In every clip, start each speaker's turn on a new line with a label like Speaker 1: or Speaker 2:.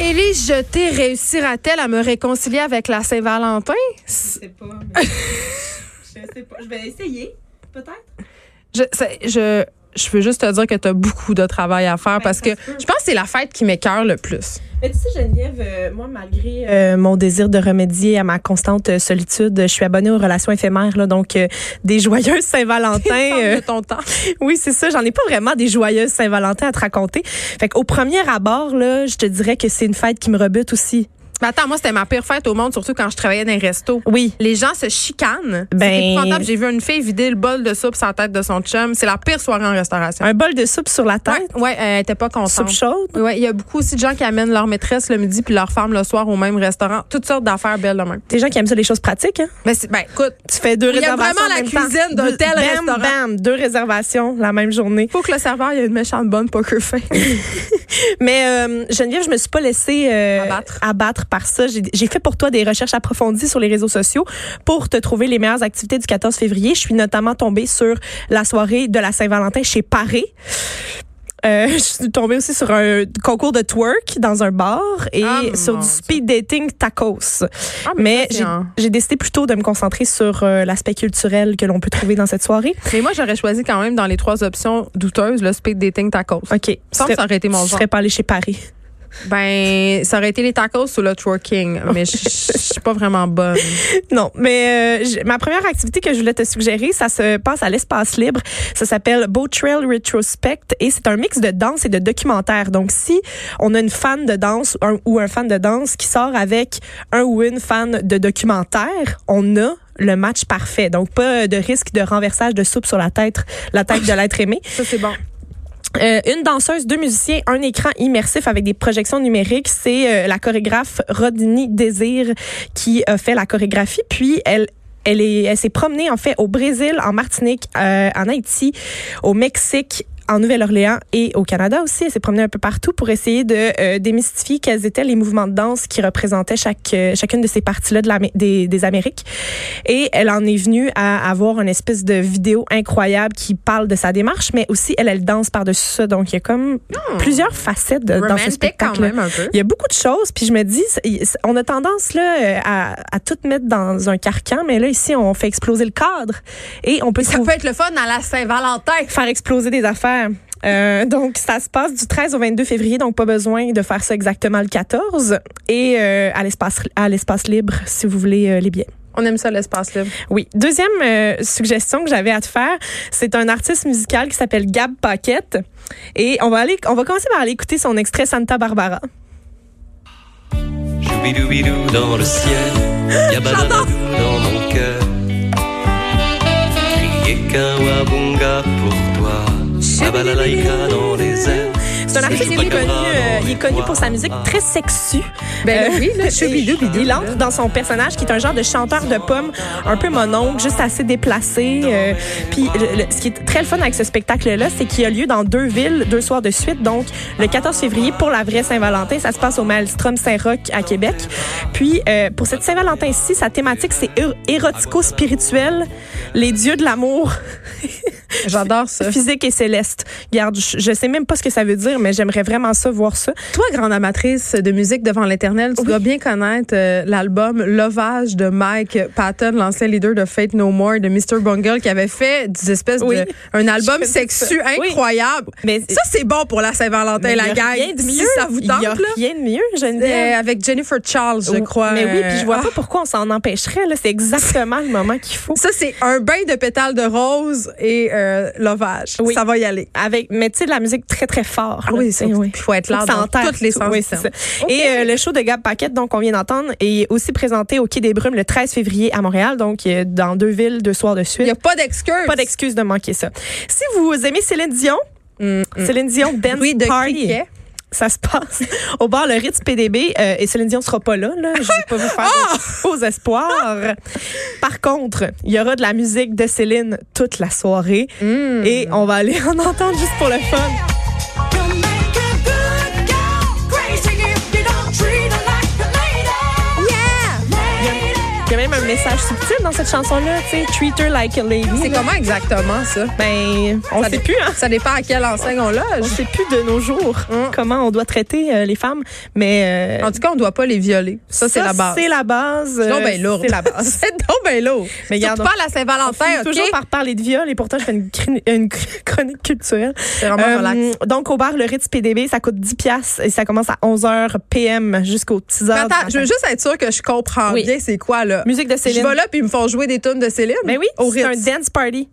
Speaker 1: Élise Jeté réussira-t-elle à me réconcilier avec la Saint-Valentin?
Speaker 2: Je sais pas. mais- je sais pas. Je vais essayer, peut-être.
Speaker 1: Je, c'est- je, je veux juste te dire que tu as beaucoup de travail à faire parce que
Speaker 2: Ben, ça se peut.
Speaker 1: je pense que c'est la fête qui m'écœure le plus.
Speaker 2: Mais tu sais, Geneviève, euh, moi, malgré euh, mon désir de remédier à ma constante euh, solitude, je suis abonnée aux relations éphémères, là, donc euh, des joyeuses Saint-Valentin.
Speaker 1: Parle
Speaker 2: euh,
Speaker 1: de ton temps.
Speaker 2: oui, c'est ça. J'en ai pas vraiment des joyeuses Saint-Valentin à te raconter. Fait qu'au premier abord, là, je te dirais que c'est une fête qui me rebute aussi.
Speaker 1: Mais attends, moi, c'était ma pire fête au monde, surtout quand je travaillais dans les restos.
Speaker 2: Oui.
Speaker 1: Les gens se chicanent.
Speaker 2: Ben-
Speaker 1: C'est épouvantable. J'ai vu une fille vider le bol de soupe sur la tête de son chum. C'est la pire soirée en restauration.
Speaker 2: Un bol de soupe sur la tête.
Speaker 1: Ouais, ouais, elle était pas
Speaker 2: Soupe
Speaker 1: contente.
Speaker 2: chaude.
Speaker 1: Ouais, il y a beaucoup aussi de gens qui amènent leur maîtresse le midi puis leur femme le soir au même restaurant. Toutes sortes d'affaires belles le même.
Speaker 2: Des gens qui aiment ça, les choses pratiques. Hein?
Speaker 1: Mais c'est- ben, écoute,
Speaker 2: Tu fais deux
Speaker 1: Il y a
Speaker 2: réservations.
Speaker 1: vraiment
Speaker 2: en
Speaker 1: la
Speaker 2: même temps.
Speaker 1: cuisine d'un
Speaker 2: Deux-
Speaker 1: tel
Speaker 2: bam,
Speaker 1: restaurant.
Speaker 2: Bam, deux réservations la même journée.
Speaker 1: faut que le serveur ait une méchante bonne poker face.
Speaker 2: Mais euh, Geneviève, je me suis pas laissée euh,
Speaker 1: Abattre.
Speaker 2: par ça. J'ai j'ai fait pour toi des recherches approfondies sur les réseaux sociaux pour te trouver les meilleures activités du 14 février. Je suis notamment tombée sur la soirée de la Saint-Valentin chez Paré. Euh, je suis tombée aussi sur un concours de twerk dans un bar et
Speaker 1: Ah, mon
Speaker 2: sur du
Speaker 1: Dieu. Ah,
Speaker 2: speed dating tacos.
Speaker 1: mais
Speaker 2: mais
Speaker 1: ça, c'est
Speaker 2: j'ai-
Speaker 1: un-
Speaker 2: j'ai décidé plutôt de me concentrer sur euh, l'aspect culturel que l'on peut trouver dans cette soirée.
Speaker 1: Mais moi, j'aurais choisi quand même dans les trois options douteuses le speed dating tacos. Je
Speaker 2: OK.
Speaker 1: pense que ça aurait été mon
Speaker 2: je
Speaker 1: genre.
Speaker 2: serais pas allée chez Paris.
Speaker 1: Ben, ça aurait été les tacos ou le twerking, mais je je suis pas vraiment bonne.
Speaker 2: Non, mais euh, j'ai- ma première activité que je voulais te suggérer, ça se passe à l'espace libre. Ça s'appelle Bow Trail Retrospect et c'est un mix de danse et de documentaire. Donc, si on a une fan de danse un- ou un fan de danse qui sort avec un ou une fan de documentaire, on a le match parfait. Donc, pas euh, de risque de renversage de soupe sur la tête, la tête de l'être aimé.
Speaker 1: Ça, c'est bon.
Speaker 2: Euh, une danseuse, deux musiciens, un écran immersif avec des projections numériques. C'est euh, la chorégraphe Rodney Désir qui a fait la chorégraphie. Puis elle elle est- elle s'est promenée en fait au Brésil, en Martinique, euh, en Haïti, au Mexique. En Nouvelle-Orléans et au Canada aussi, elle s'est promenée un peu partout pour essayer de euh, démystifier quels étaient les mouvements de danse qui représentaient chaque, euh, chacune de ces parties-là de l'Amé- des, des Amériques. Et elle en est venue à avoir une espèce de vidéo incroyable qui parle de sa démarche, mais aussi elle, elle danse par-dessus ça. Donc, il y a comme plusieurs facettes de- Euh, dans
Speaker 1: Hmm.
Speaker 2: ce
Speaker 1: Romantique quand
Speaker 2: spectacle.
Speaker 1: même un peu.
Speaker 2: Il y a beaucoup de choses, puis je me dis, c'est- c'est- on a tendance là, euh, à, à tout mettre dans un carcan, mais là, ici, on fait exploser le cadre et on peut
Speaker 1: Ça peut
Speaker 2: trouver-
Speaker 1: être le fun à la Saint-Valentin.
Speaker 2: faire exploser des affaires. Euh, donc, ça se passe du 13 au 22 février, donc pas besoin de faire ça exactement le 14. Et euh, à l'espace à l'espace libre, si vous voulez euh, les billets.
Speaker 1: On aime ça, l'espace libre.
Speaker 2: Oui. Deuxième euh, suggestion que j'avais à te faire, c'est un artiste musical qui s'appelle Gab Paquette. Et on va aller, on va commencer par aller écouter son extrait Santa Barbara.
Speaker 3: Choubidoubidou dans le ciel, yabadabadou dans mon cœur. Crier qu'un wabonga pour toi, sabalalaïka dans les airs.
Speaker 2: C'est un artiste qui est
Speaker 3: Chupacabra
Speaker 2: connu, euh,
Speaker 3: dans
Speaker 2: il
Speaker 3: les
Speaker 2: est connu
Speaker 3: bois.
Speaker 2: pour sa musique très sexue.
Speaker 1: Ben là, oui, là,
Speaker 2: et
Speaker 1: choubidoubidou,
Speaker 2: Il
Speaker 1: là.
Speaker 2: entre dans son personnage qui est un genre de chanteur de pommes, un peu mononcle, juste assez déplacé. euh, Puis le- le- ce qui est très le fun avec ce spectacle-là, c'est qu'il a lieu dans deux villes, deux soirs de suite. Donc le 14 février pour la vraie Saint-Valentin, ça se passe au Maelstrom Saint-Roch à Québec. Puis euh, pour cette Saint-Valentin-ci, sa thématique c'est ér- érotico-spirituel, les dieux de l'amour
Speaker 1: J'adore ça.
Speaker 2: physique et céleste. Garde, je je sais même pas ce que ça veut dire, mais j'aimerais vraiment ça voir ça.
Speaker 1: Toi, grande amatrice de musique devant l'éternel, tu dois bien connaître euh, l'album L'Ovage de Mike Patton, l'ancien leader de Fate No More, de Mr. Bungle, qui avait fait des espèces
Speaker 2: Oui.
Speaker 1: de. Un album
Speaker 2: connais
Speaker 1: sexu
Speaker 2: ça. Oui.
Speaker 1: incroyable.
Speaker 2: Mais-
Speaker 1: ça, c'est bon pour la Saint-Valentin,
Speaker 2: Mais
Speaker 1: la
Speaker 2: il y a
Speaker 1: gang.
Speaker 2: rien de
Speaker 1: Si
Speaker 2: mieux.
Speaker 1: ça vous
Speaker 2: Il y a
Speaker 1: tente, là.
Speaker 2: rien de mieux,
Speaker 1: Euh,
Speaker 2: Geneviève.
Speaker 1: avec Jennifer Charles, je crois.
Speaker 2: Mais oui,
Speaker 1: euh,
Speaker 2: puis je vois
Speaker 1: ah.
Speaker 2: pas pourquoi on s'en empêcherait. là. C'est exactement le moment qu'il faut.
Speaker 1: Ça, c'est un bain de pétales de rose et euh, l'ovage.
Speaker 2: Oui.
Speaker 1: Ça va y aller. Eh
Speaker 2: Avec, mais tu sais, de la musique très, très fort. là,
Speaker 1: oui,
Speaker 2: tu sais,
Speaker 1: ça, faut être là
Speaker 2: Faut que ça
Speaker 1: dans
Speaker 2: entende
Speaker 1: toutes les
Speaker 2: tout.
Speaker 1: sens
Speaker 2: Oui,
Speaker 1: du
Speaker 2: c'est
Speaker 1: terme.
Speaker 2: ça. Et euh, le show de Gab Paquette, donc, qu'on vient d'entendre, est aussi présenté au Quai des Brumes le 13 février à Montréal. Donc, euh, dans deux villes, deux soirs de
Speaker 1: Il
Speaker 2: suite.
Speaker 1: n'y a pas d'excuse.
Speaker 2: Pas d'excuse de manquer ça. Si vous aimez Céline Dion, Céline Dion, Ben's
Speaker 1: Mm, Oui, de
Speaker 2: Party.
Speaker 1: criquet.
Speaker 2: Ça se passe au bar Le Ritz PDB euh, et Céline Dion sera pas là. là. Je vais pas vous faire
Speaker 1: Ah!
Speaker 2: de faux espoirs. Par contre, il y aura de la musique de Céline toute la soirée
Speaker 1: Mm.
Speaker 2: et on va aller en entendre juste pour le fun.
Speaker 4: Yeah!
Speaker 2: Il y a même un message subtil dans cette chanson-là, tu sais, treat her like a lady.
Speaker 1: C'est
Speaker 2: là.
Speaker 1: comment exactement ça?
Speaker 2: Ben, on
Speaker 1: Ça
Speaker 2: sait
Speaker 1: dé-
Speaker 2: plus, hein.
Speaker 1: Ça dépend à quelle enseigne on
Speaker 2: On
Speaker 1: loge.
Speaker 2: sait plus de nos jours
Speaker 1: Mm.
Speaker 2: comment on doit traiter euh, les femmes, mais euh,
Speaker 1: En tout cas, on doit pas les violer. Ça, c'est la base.
Speaker 2: C'est la base.
Speaker 1: C'est donc
Speaker 2: euh,
Speaker 1: ben lourd.
Speaker 2: C'est la base.
Speaker 1: c'est donc ben lourd.
Speaker 2: Mais
Speaker 1: Surtout
Speaker 2: regarde,
Speaker 1: pas à la
Speaker 2: on finit
Speaker 1: Saint-Valentin, OK?
Speaker 2: toujours par parler de viol et pourtant je fais une, crini- une chronique culturelle.
Speaker 1: C'est vraiment
Speaker 2: Euh,
Speaker 1: relax.
Speaker 2: donc au bar le Ritz PDB ça coûte 10 pièces et ça commence à 11h PM jusqu'aux 10h.
Speaker 1: Mais Attends, je veux juste être sûre que je comprends
Speaker 2: Oui.
Speaker 1: bien c'est quoi, là.
Speaker 2: musique de Céline.
Speaker 1: Je vais là, puis ils me font jouer des tunes de Céline.
Speaker 2: Mais oui,
Speaker 1: au
Speaker 2: c'est un
Speaker 1: Ritz.
Speaker 2: dance party.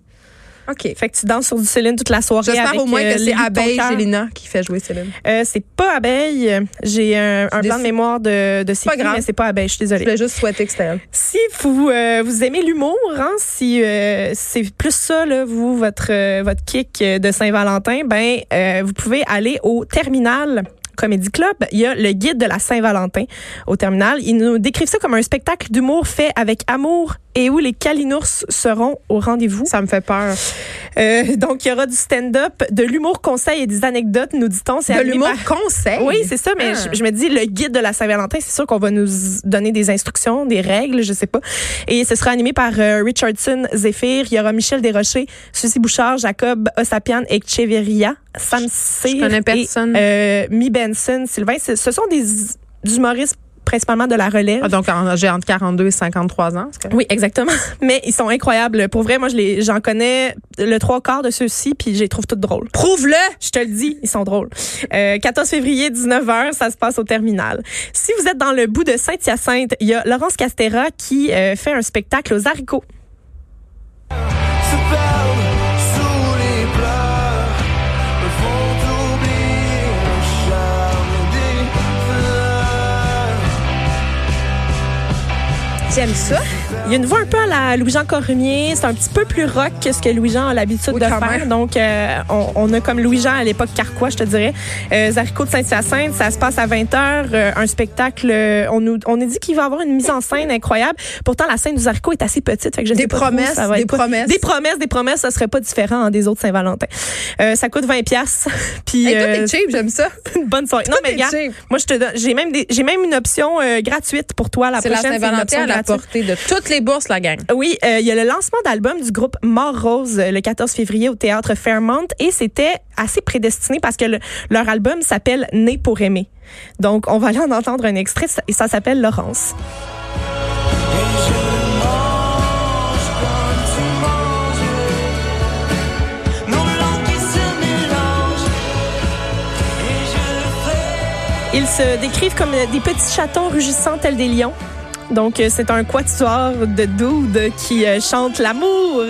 Speaker 1: OK.
Speaker 2: Fait que tu danses sur du Céline toute la soirée
Speaker 1: J'espère
Speaker 2: avec,
Speaker 1: au moins
Speaker 2: euh,
Speaker 1: que
Speaker 2: Lily
Speaker 1: c'est
Speaker 2: de ton
Speaker 1: Abeille
Speaker 2: cœur.
Speaker 1: Gélina qui fait jouer Céline.
Speaker 2: Euh, c'est pas Abeille, j'ai un,
Speaker 1: suis
Speaker 2: un blanc de
Speaker 1: déçue.
Speaker 2: mémoire de de c'est
Speaker 1: Pas
Speaker 2: qui,
Speaker 1: grave.
Speaker 2: mais c'est pas Abeille, je suis désolée.
Speaker 1: Je voulais juste souhaiter que c'était elle.
Speaker 2: Si vous euh, vous aimez l'humour, hein, si euh, c'est plus ça là, vous votre euh, votre kick euh, de Saint-Valentin, ben euh, vous pouvez aller au terminal. Comédie Club, il y a le guide de la Saint-Valentin au terminal. Ils nous décrivent ça comme un spectacle d'humour fait avec amour et où les calinours seront au rendez-vous.
Speaker 1: Ça me fait peur.
Speaker 2: Euh, donc, il y aura du stand-up, de l'humour conseil et des anecdotes, nous dit-on. C'est
Speaker 1: De
Speaker 2: animé
Speaker 1: l'humour
Speaker 2: par-
Speaker 1: conseil.
Speaker 2: oui, c'est ça, mais
Speaker 1: Ah.
Speaker 2: je, je me dis, le guide de la Saint-Valentin, c'est sûr qu'on va nous donner des instructions, des règles, je sais pas. Et ce sera animé par euh, Richardson Zephyr, il y aura Michel Desrochers, Suzy Bouchard, Jacob Osapian, Echeverria, Sam Cyr
Speaker 1: connais personne.
Speaker 2: et euh, Mi Benson, Sylvain. C'est- Ce sont des des humoristes principalement de la relève.
Speaker 1: Ah, donc, en- j'ai entre 42 et 53 ans. c'est correct.
Speaker 2: Oui, exactement. Mais ils sont incroyables. Pour vrai, moi, je les, j'en connais le trois quarts de ceux-ci, puis je les trouve toutes drôles. Prouve-le! Je te le dis, ils sont drôles. Euh, 14 février, 19h, ça se passe au terminal. Si vous êtes dans le bout de Saint-Hyacinthe, il y a Laurence Castera qui euh, fait un spectacle aux haricots.
Speaker 4: se perdent sous les pleurs, vont oublier le charme des fleurs.
Speaker 1: J'aime ça.
Speaker 2: Il y a une voix un peu à la Louis-Jean Cormier. C'est un petit peu plus rock que ce que Louis-Jean a l'habitude
Speaker 1: Oui,
Speaker 2: de
Speaker 1: quand
Speaker 2: faire.
Speaker 1: même.
Speaker 2: Donc, euh, on, on a comme Louis-Jean à l'époque Carquois, je te dirais. Euh, Zarico de Saint-Hyacinthe, ça se passe à 20h. euh, un spectacle, euh, on nous on est dit qu'il va y avoir une mise en scène incroyable. Pourtant, la scène du Zarico est assez petite. Fait que je
Speaker 1: Des
Speaker 2: sais pas trop,
Speaker 1: promesses,
Speaker 2: ça va
Speaker 1: des
Speaker 2: être pas-
Speaker 1: promesses.
Speaker 2: Des promesses, des promesses. Ça serait pas différent hein, des autres Saint-Valentin. Euh, ça coûte 20$. piastres. Puis,
Speaker 1: Hey, toi,
Speaker 2: euh,
Speaker 1: t'es cheap, j'aime ça.
Speaker 2: une bonne soirée. Non,
Speaker 1: Tout
Speaker 2: mais
Speaker 1: est
Speaker 2: regarde,
Speaker 1: cheap.
Speaker 2: moi, je te donne, j'ai même des- j'ai même une option euh, gratuite pour toi. La
Speaker 1: C'est la
Speaker 2: prochaine, c'est une option
Speaker 1: Saint-Valentin à la
Speaker 2: gratuite.
Speaker 1: portée de toutes les bourses, la gang.
Speaker 2: Oui, euh, il y a le lancement d'album du groupe Mort Rose euh, le 14 février au théâtre Fairmont et c'était assez prédestiné parce que le- leur album s'appelle Né pour aimer. Donc, on va aller en entendre un extrait ça- et ça s'appelle Laurence.
Speaker 4: Et je mange comme tu manges, nos langues qui se mélangent, et je le fais.
Speaker 2: Ils se décrivent comme des petits chatons rugissants tels des lions. Donc, euh, c'est un quatuor de dudes qui euh, chante l'amour.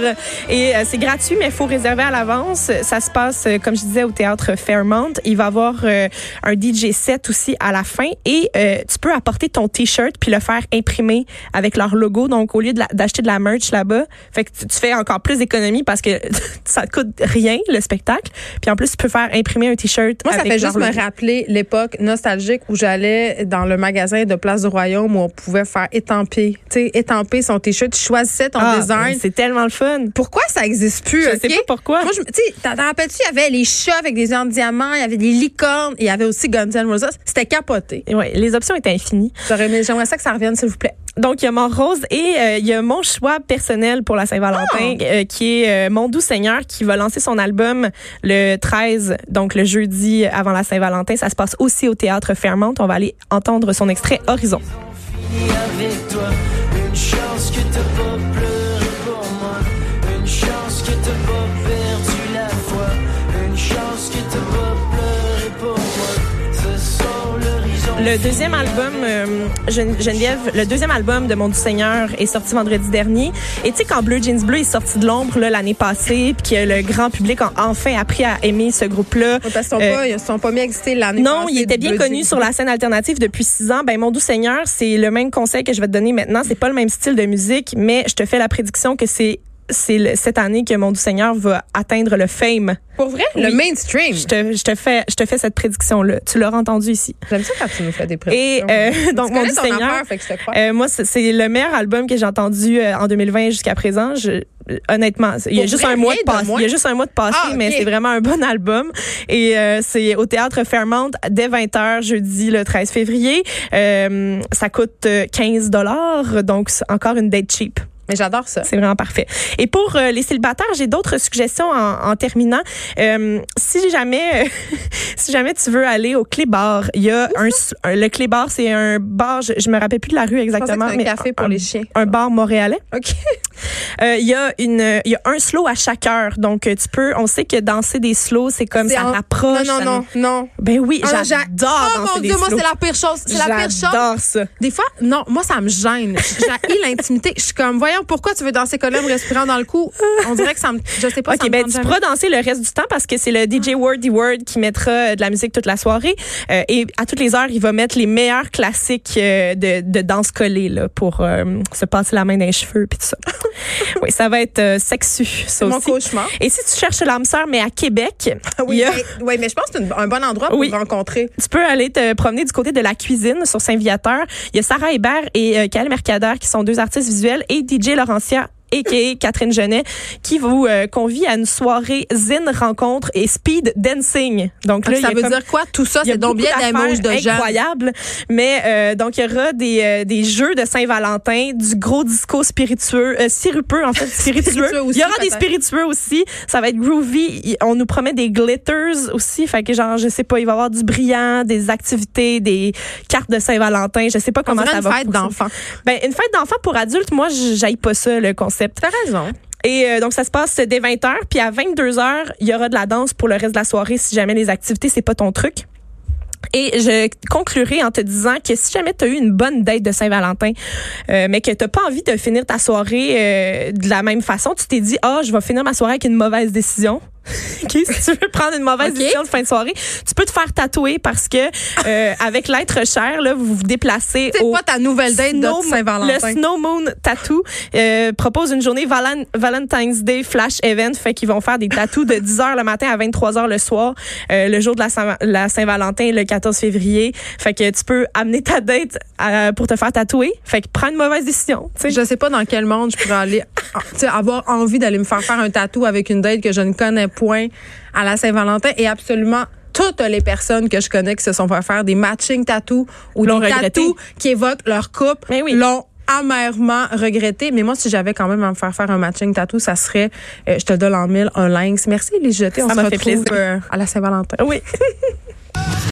Speaker 2: Et euh, c'est gratuit, mais il faut réserver à l'avance. Ça se passe, euh, comme je disais, au théâtre Fairmont. Il va y avoir euh, un DJ set aussi à la fin. Et euh, tu peux apporter ton T-shirt puis le faire imprimer avec leur logo. Donc, au lieu de la- d'acheter de, la merch là-bas, fait que tu, tu fais encore plus d'économies parce que ça te coûte rien, le spectacle. Puis en plus, tu peux faire imprimer un T-shirt
Speaker 1: Moi, ça
Speaker 2: avec
Speaker 1: fait
Speaker 2: leur
Speaker 1: juste me
Speaker 2: logo.
Speaker 1: rappeler l'époque nostalgique où j'allais dans le magasin de Place du Royaume où on pouvait faire étamper. Tu sais, étamper son t-shirt, tu choisissais ton
Speaker 2: Ah,
Speaker 1: design.
Speaker 2: C'est tellement le fun.
Speaker 1: Pourquoi ça existe plus?
Speaker 2: Euh, Je sais
Speaker 1: ok?
Speaker 2: pas pourquoi.
Speaker 1: Moi, je, me- tu sais, t'en t'en rappelles-tu, il y avait les chats avec des dents de diamant, il y avait des licornes, il y avait aussi Guns N' Roses. C'était capoté.
Speaker 2: Et Ouais, les options étaient infinies.
Speaker 1: J'aurais aimé- J'aimerais ça que ça revienne, s'il vous plaît.
Speaker 2: Donc, il y a mon rose et euh, il y a mon choix personnel pour la Saint-Valentin, euh, qui est euh, Mon Doux Seigneur, qui va lancer son album le 13, donc le jeudi avant la Saint-Valentin. Ça se passe aussi au Théâtre Fairmont. On va aller entendre son extrait Horizon.
Speaker 4: Et avec toi, une chance que t'as pas pleuré pour moi, une chance que t'as pas perdu la foi, une chance que t'as pas pleuré pour moi. Ce sont l'horizon.
Speaker 2: Le deuxième album, euh, Gene- Geneviève, le deuxième album de Mon Doux Seigneur est sorti vendredi dernier. Et tu sais, quand Bleu Jeans Bleu est sorti de l'ombre là, l'année passée, puis que le grand public a enfin appris à aimer ce groupe-là.
Speaker 1: Parce qu'ils
Speaker 2: euh,
Speaker 1: ne sont, pas mis exister l'année
Speaker 2: Non,
Speaker 1: passée
Speaker 2: il était
Speaker 1: du
Speaker 2: bien
Speaker 1: Blue
Speaker 2: connu
Speaker 1: Jeans.
Speaker 2: sur la scène alternative depuis six ans. Ben, mon doux seigneur, c'est le même conseil que je vais te donner maintenant. C'est pas le même style de musique, mais je te fais la prédiction que c'est c'est le- cette année que mon doux seigneur va atteindre le fame.
Speaker 1: Pour vrai?
Speaker 2: Oui.
Speaker 1: Le mainstream.
Speaker 2: Je te, je te fais je te fais cette prédiction là. Tu l'auras entendu ici.
Speaker 1: J'aime ça quand tu nous fais des
Speaker 2: Et
Speaker 1: prédictions.
Speaker 2: euh, donc
Speaker 1: tu
Speaker 2: mon
Speaker 1: connais
Speaker 2: doux
Speaker 1: ton
Speaker 2: seigneur.
Speaker 1: affaire, fait que je te crois.
Speaker 2: euh, moi, c'est- c'est le meilleur album que j'ai entendu euh, en 2020 jusqu'à présent. Je, honnêtement, il y a
Speaker 1: Pour
Speaker 2: juste
Speaker 1: vrai,
Speaker 2: un mois
Speaker 1: rien
Speaker 2: de
Speaker 1: de
Speaker 2: passé.
Speaker 1: moins.
Speaker 2: Il y a juste un mois de passé,
Speaker 1: Ah, ok.
Speaker 2: mais c'est vraiment un bon album. Et euh, c'est au théâtre Fairmount dès 20h jeudi le 13 février. Euh, ça coûte euh, 15 dollars, donc c'est encore une date cheap.
Speaker 1: Mais j'adore ça.
Speaker 2: C'est vraiment parfait. Et pour euh, les célibataires, j'ai d'autres suggestions en, en terminant. Euh, si jamais, euh, si jamais tu veux aller au Clé Bar, il y a un, s- un- le Clé Bar, c'est un bar. Je, je me rappelle plus de la rue
Speaker 1: Je pensais que
Speaker 2: exactement,
Speaker 1: c'était un
Speaker 2: mais
Speaker 1: café pour
Speaker 2: un,
Speaker 1: les chiens.
Speaker 2: un bar montréalais.
Speaker 1: OK.
Speaker 2: Euh, Il y a une, euh, il y a un slow à chaque heure, donc euh, tu peux. On sait que danser des slows, c'est comme
Speaker 1: C'est
Speaker 2: ça
Speaker 1: en-
Speaker 2: rapproche.
Speaker 1: non,
Speaker 2: ça
Speaker 1: non,
Speaker 2: nous-
Speaker 1: non, non.
Speaker 2: Ben oui,
Speaker 1: Ah, non, j'a-
Speaker 2: j'adore
Speaker 1: Oh
Speaker 2: danser
Speaker 1: mon
Speaker 2: des
Speaker 1: Dieu, moi,
Speaker 2: slows.
Speaker 1: c'est la pire chose. C'est la pire chose.
Speaker 2: J'adore ça.
Speaker 1: Des fois, non, moi, ça me gêne. J'ai l'intimité. Je suis comme, voyons, pourquoi tu veux danser colonne respirant dans le cou? On dirait que ça me. Je sais pas ça
Speaker 2: OK,
Speaker 1: me
Speaker 2: ben
Speaker 1: tente
Speaker 2: tu
Speaker 1: jamais.
Speaker 2: pourras danser le reste du temps parce que c'est le DJ Wordy Word qui mettra euh, de la musique toute la soirée. Euh, et à toutes les heures, il va mettre les meilleurs classiques euh, de, de danse collée là, pour euh, se passer la main dans les cheveux puis tout ça. oui, ça va être euh, sexu, ça
Speaker 1: C'est mon Ah
Speaker 2: aussi.
Speaker 1: cauchemar.
Speaker 2: Et si tu cherches l'âme sœur, mais à Québec, il y a-
Speaker 1: mais, ouais, mais je pense que c'est une- un bon endroit pour
Speaker 2: Oui.
Speaker 1: rencontrer.
Speaker 2: tu peux aller te promener du côté de la cuisine sur Saint-Viateur. Il y a Sarah Hébert et euh, Kael Mercader qui sont deux artistes visuels et DJ Laurentia a.k.a. Catherine Genet, qui vous euh, convie à une soirée zine rencontre et speed dancing. Donc là, il y
Speaker 1: Ah, ça
Speaker 2: a
Speaker 1: veut
Speaker 2: comme-
Speaker 1: dire quoi? Tout ça,
Speaker 2: il y a
Speaker 1: c'est donc
Speaker 2: beaucoup
Speaker 1: bien d'emoji de
Speaker 2: d'affaires
Speaker 1: gens.
Speaker 2: incroyables. Mais euh, donc, il y aura des, euh, des jeux de Saint-Valentin, du gros disco spiritueux, euh, sirupeux, en fait, spiritueux.
Speaker 1: Spiritueux
Speaker 2: Il
Speaker 1: aussi,
Speaker 2: y aura des
Speaker 1: peut-être.
Speaker 2: spiritueux aussi. Ça va être groovy. Il- On nous promet des glitters aussi. Fait que, genre, je sais pas, il va y avoir du brillant, des activités, des cartes de Saint-Valentin. Je sais pas
Speaker 1: On
Speaker 2: comment
Speaker 1: dirait
Speaker 2: ça
Speaker 1: une
Speaker 2: va.
Speaker 1: fête
Speaker 2: fonctionner.
Speaker 1: d'enfants.
Speaker 2: Ben, une fête d'enfant pour adultes, moi, j'aille pas ça, le concept.
Speaker 1: T'as raison.
Speaker 2: Et euh, donc, ça se passe dès 20h. Puis à 22h, il y aura de la danse pour le reste de la soirée si jamais les activités, c'est pas ton truc. Et je conclurai en te disant que si jamais tu as eu une bonne date de Saint-Valentin, euh, mais que tu pas envie de finir ta soirée euh, de la même façon, tu t'es dit, ah, je vais finir ma soirée avec une mauvaise décision. OK, si tu veux prendre une mauvaise
Speaker 1: OK.
Speaker 2: décision de fin de soirée, tu peux te faire tatouer parce que euh, avec l'être cher, là, vous vous déplacez
Speaker 1: C'est
Speaker 2: au
Speaker 1: pas ta nouvelle date
Speaker 2: Snow-
Speaker 1: de Saint-Valentin.
Speaker 2: Le Snow Moon Tattoo euh, propose une journée Valen- Valentine's Day Flash Event. Fait qu'ils vont faire des tattoos de 10h le matin à 23h le soir, euh, le jour de la, Saint- la Saint-Valentin, le 14 février. Fait que tu peux amener ta date euh, pour te faire tatouer. Fait que prends une mauvaise décision. tu sais.
Speaker 1: Je sais pas dans quel monde je pourrais aller, ah, tu sais, avoir envie d'aller me faire faire un tatou avec une date que je ne connais point à la Saint-Valentin et absolument toutes les personnes que je connais qui se sont fait faire des matching tattoos ou
Speaker 2: L'ont
Speaker 1: des
Speaker 2: regretté.
Speaker 1: tattoos qui évoquent leur couple
Speaker 2: Mais oui.
Speaker 1: l'ont amèrement regretté. Mais moi, si j'avais quand même à me faire faire un matching tattoo, ça serait, euh, je te donne en mille, un lynx. Merci, les jetés. On
Speaker 2: Ça
Speaker 1: se
Speaker 2: m'a fait
Speaker 1: retrouve
Speaker 2: plaisir.
Speaker 1: euh, à la Saint-Valentin.
Speaker 2: Oui.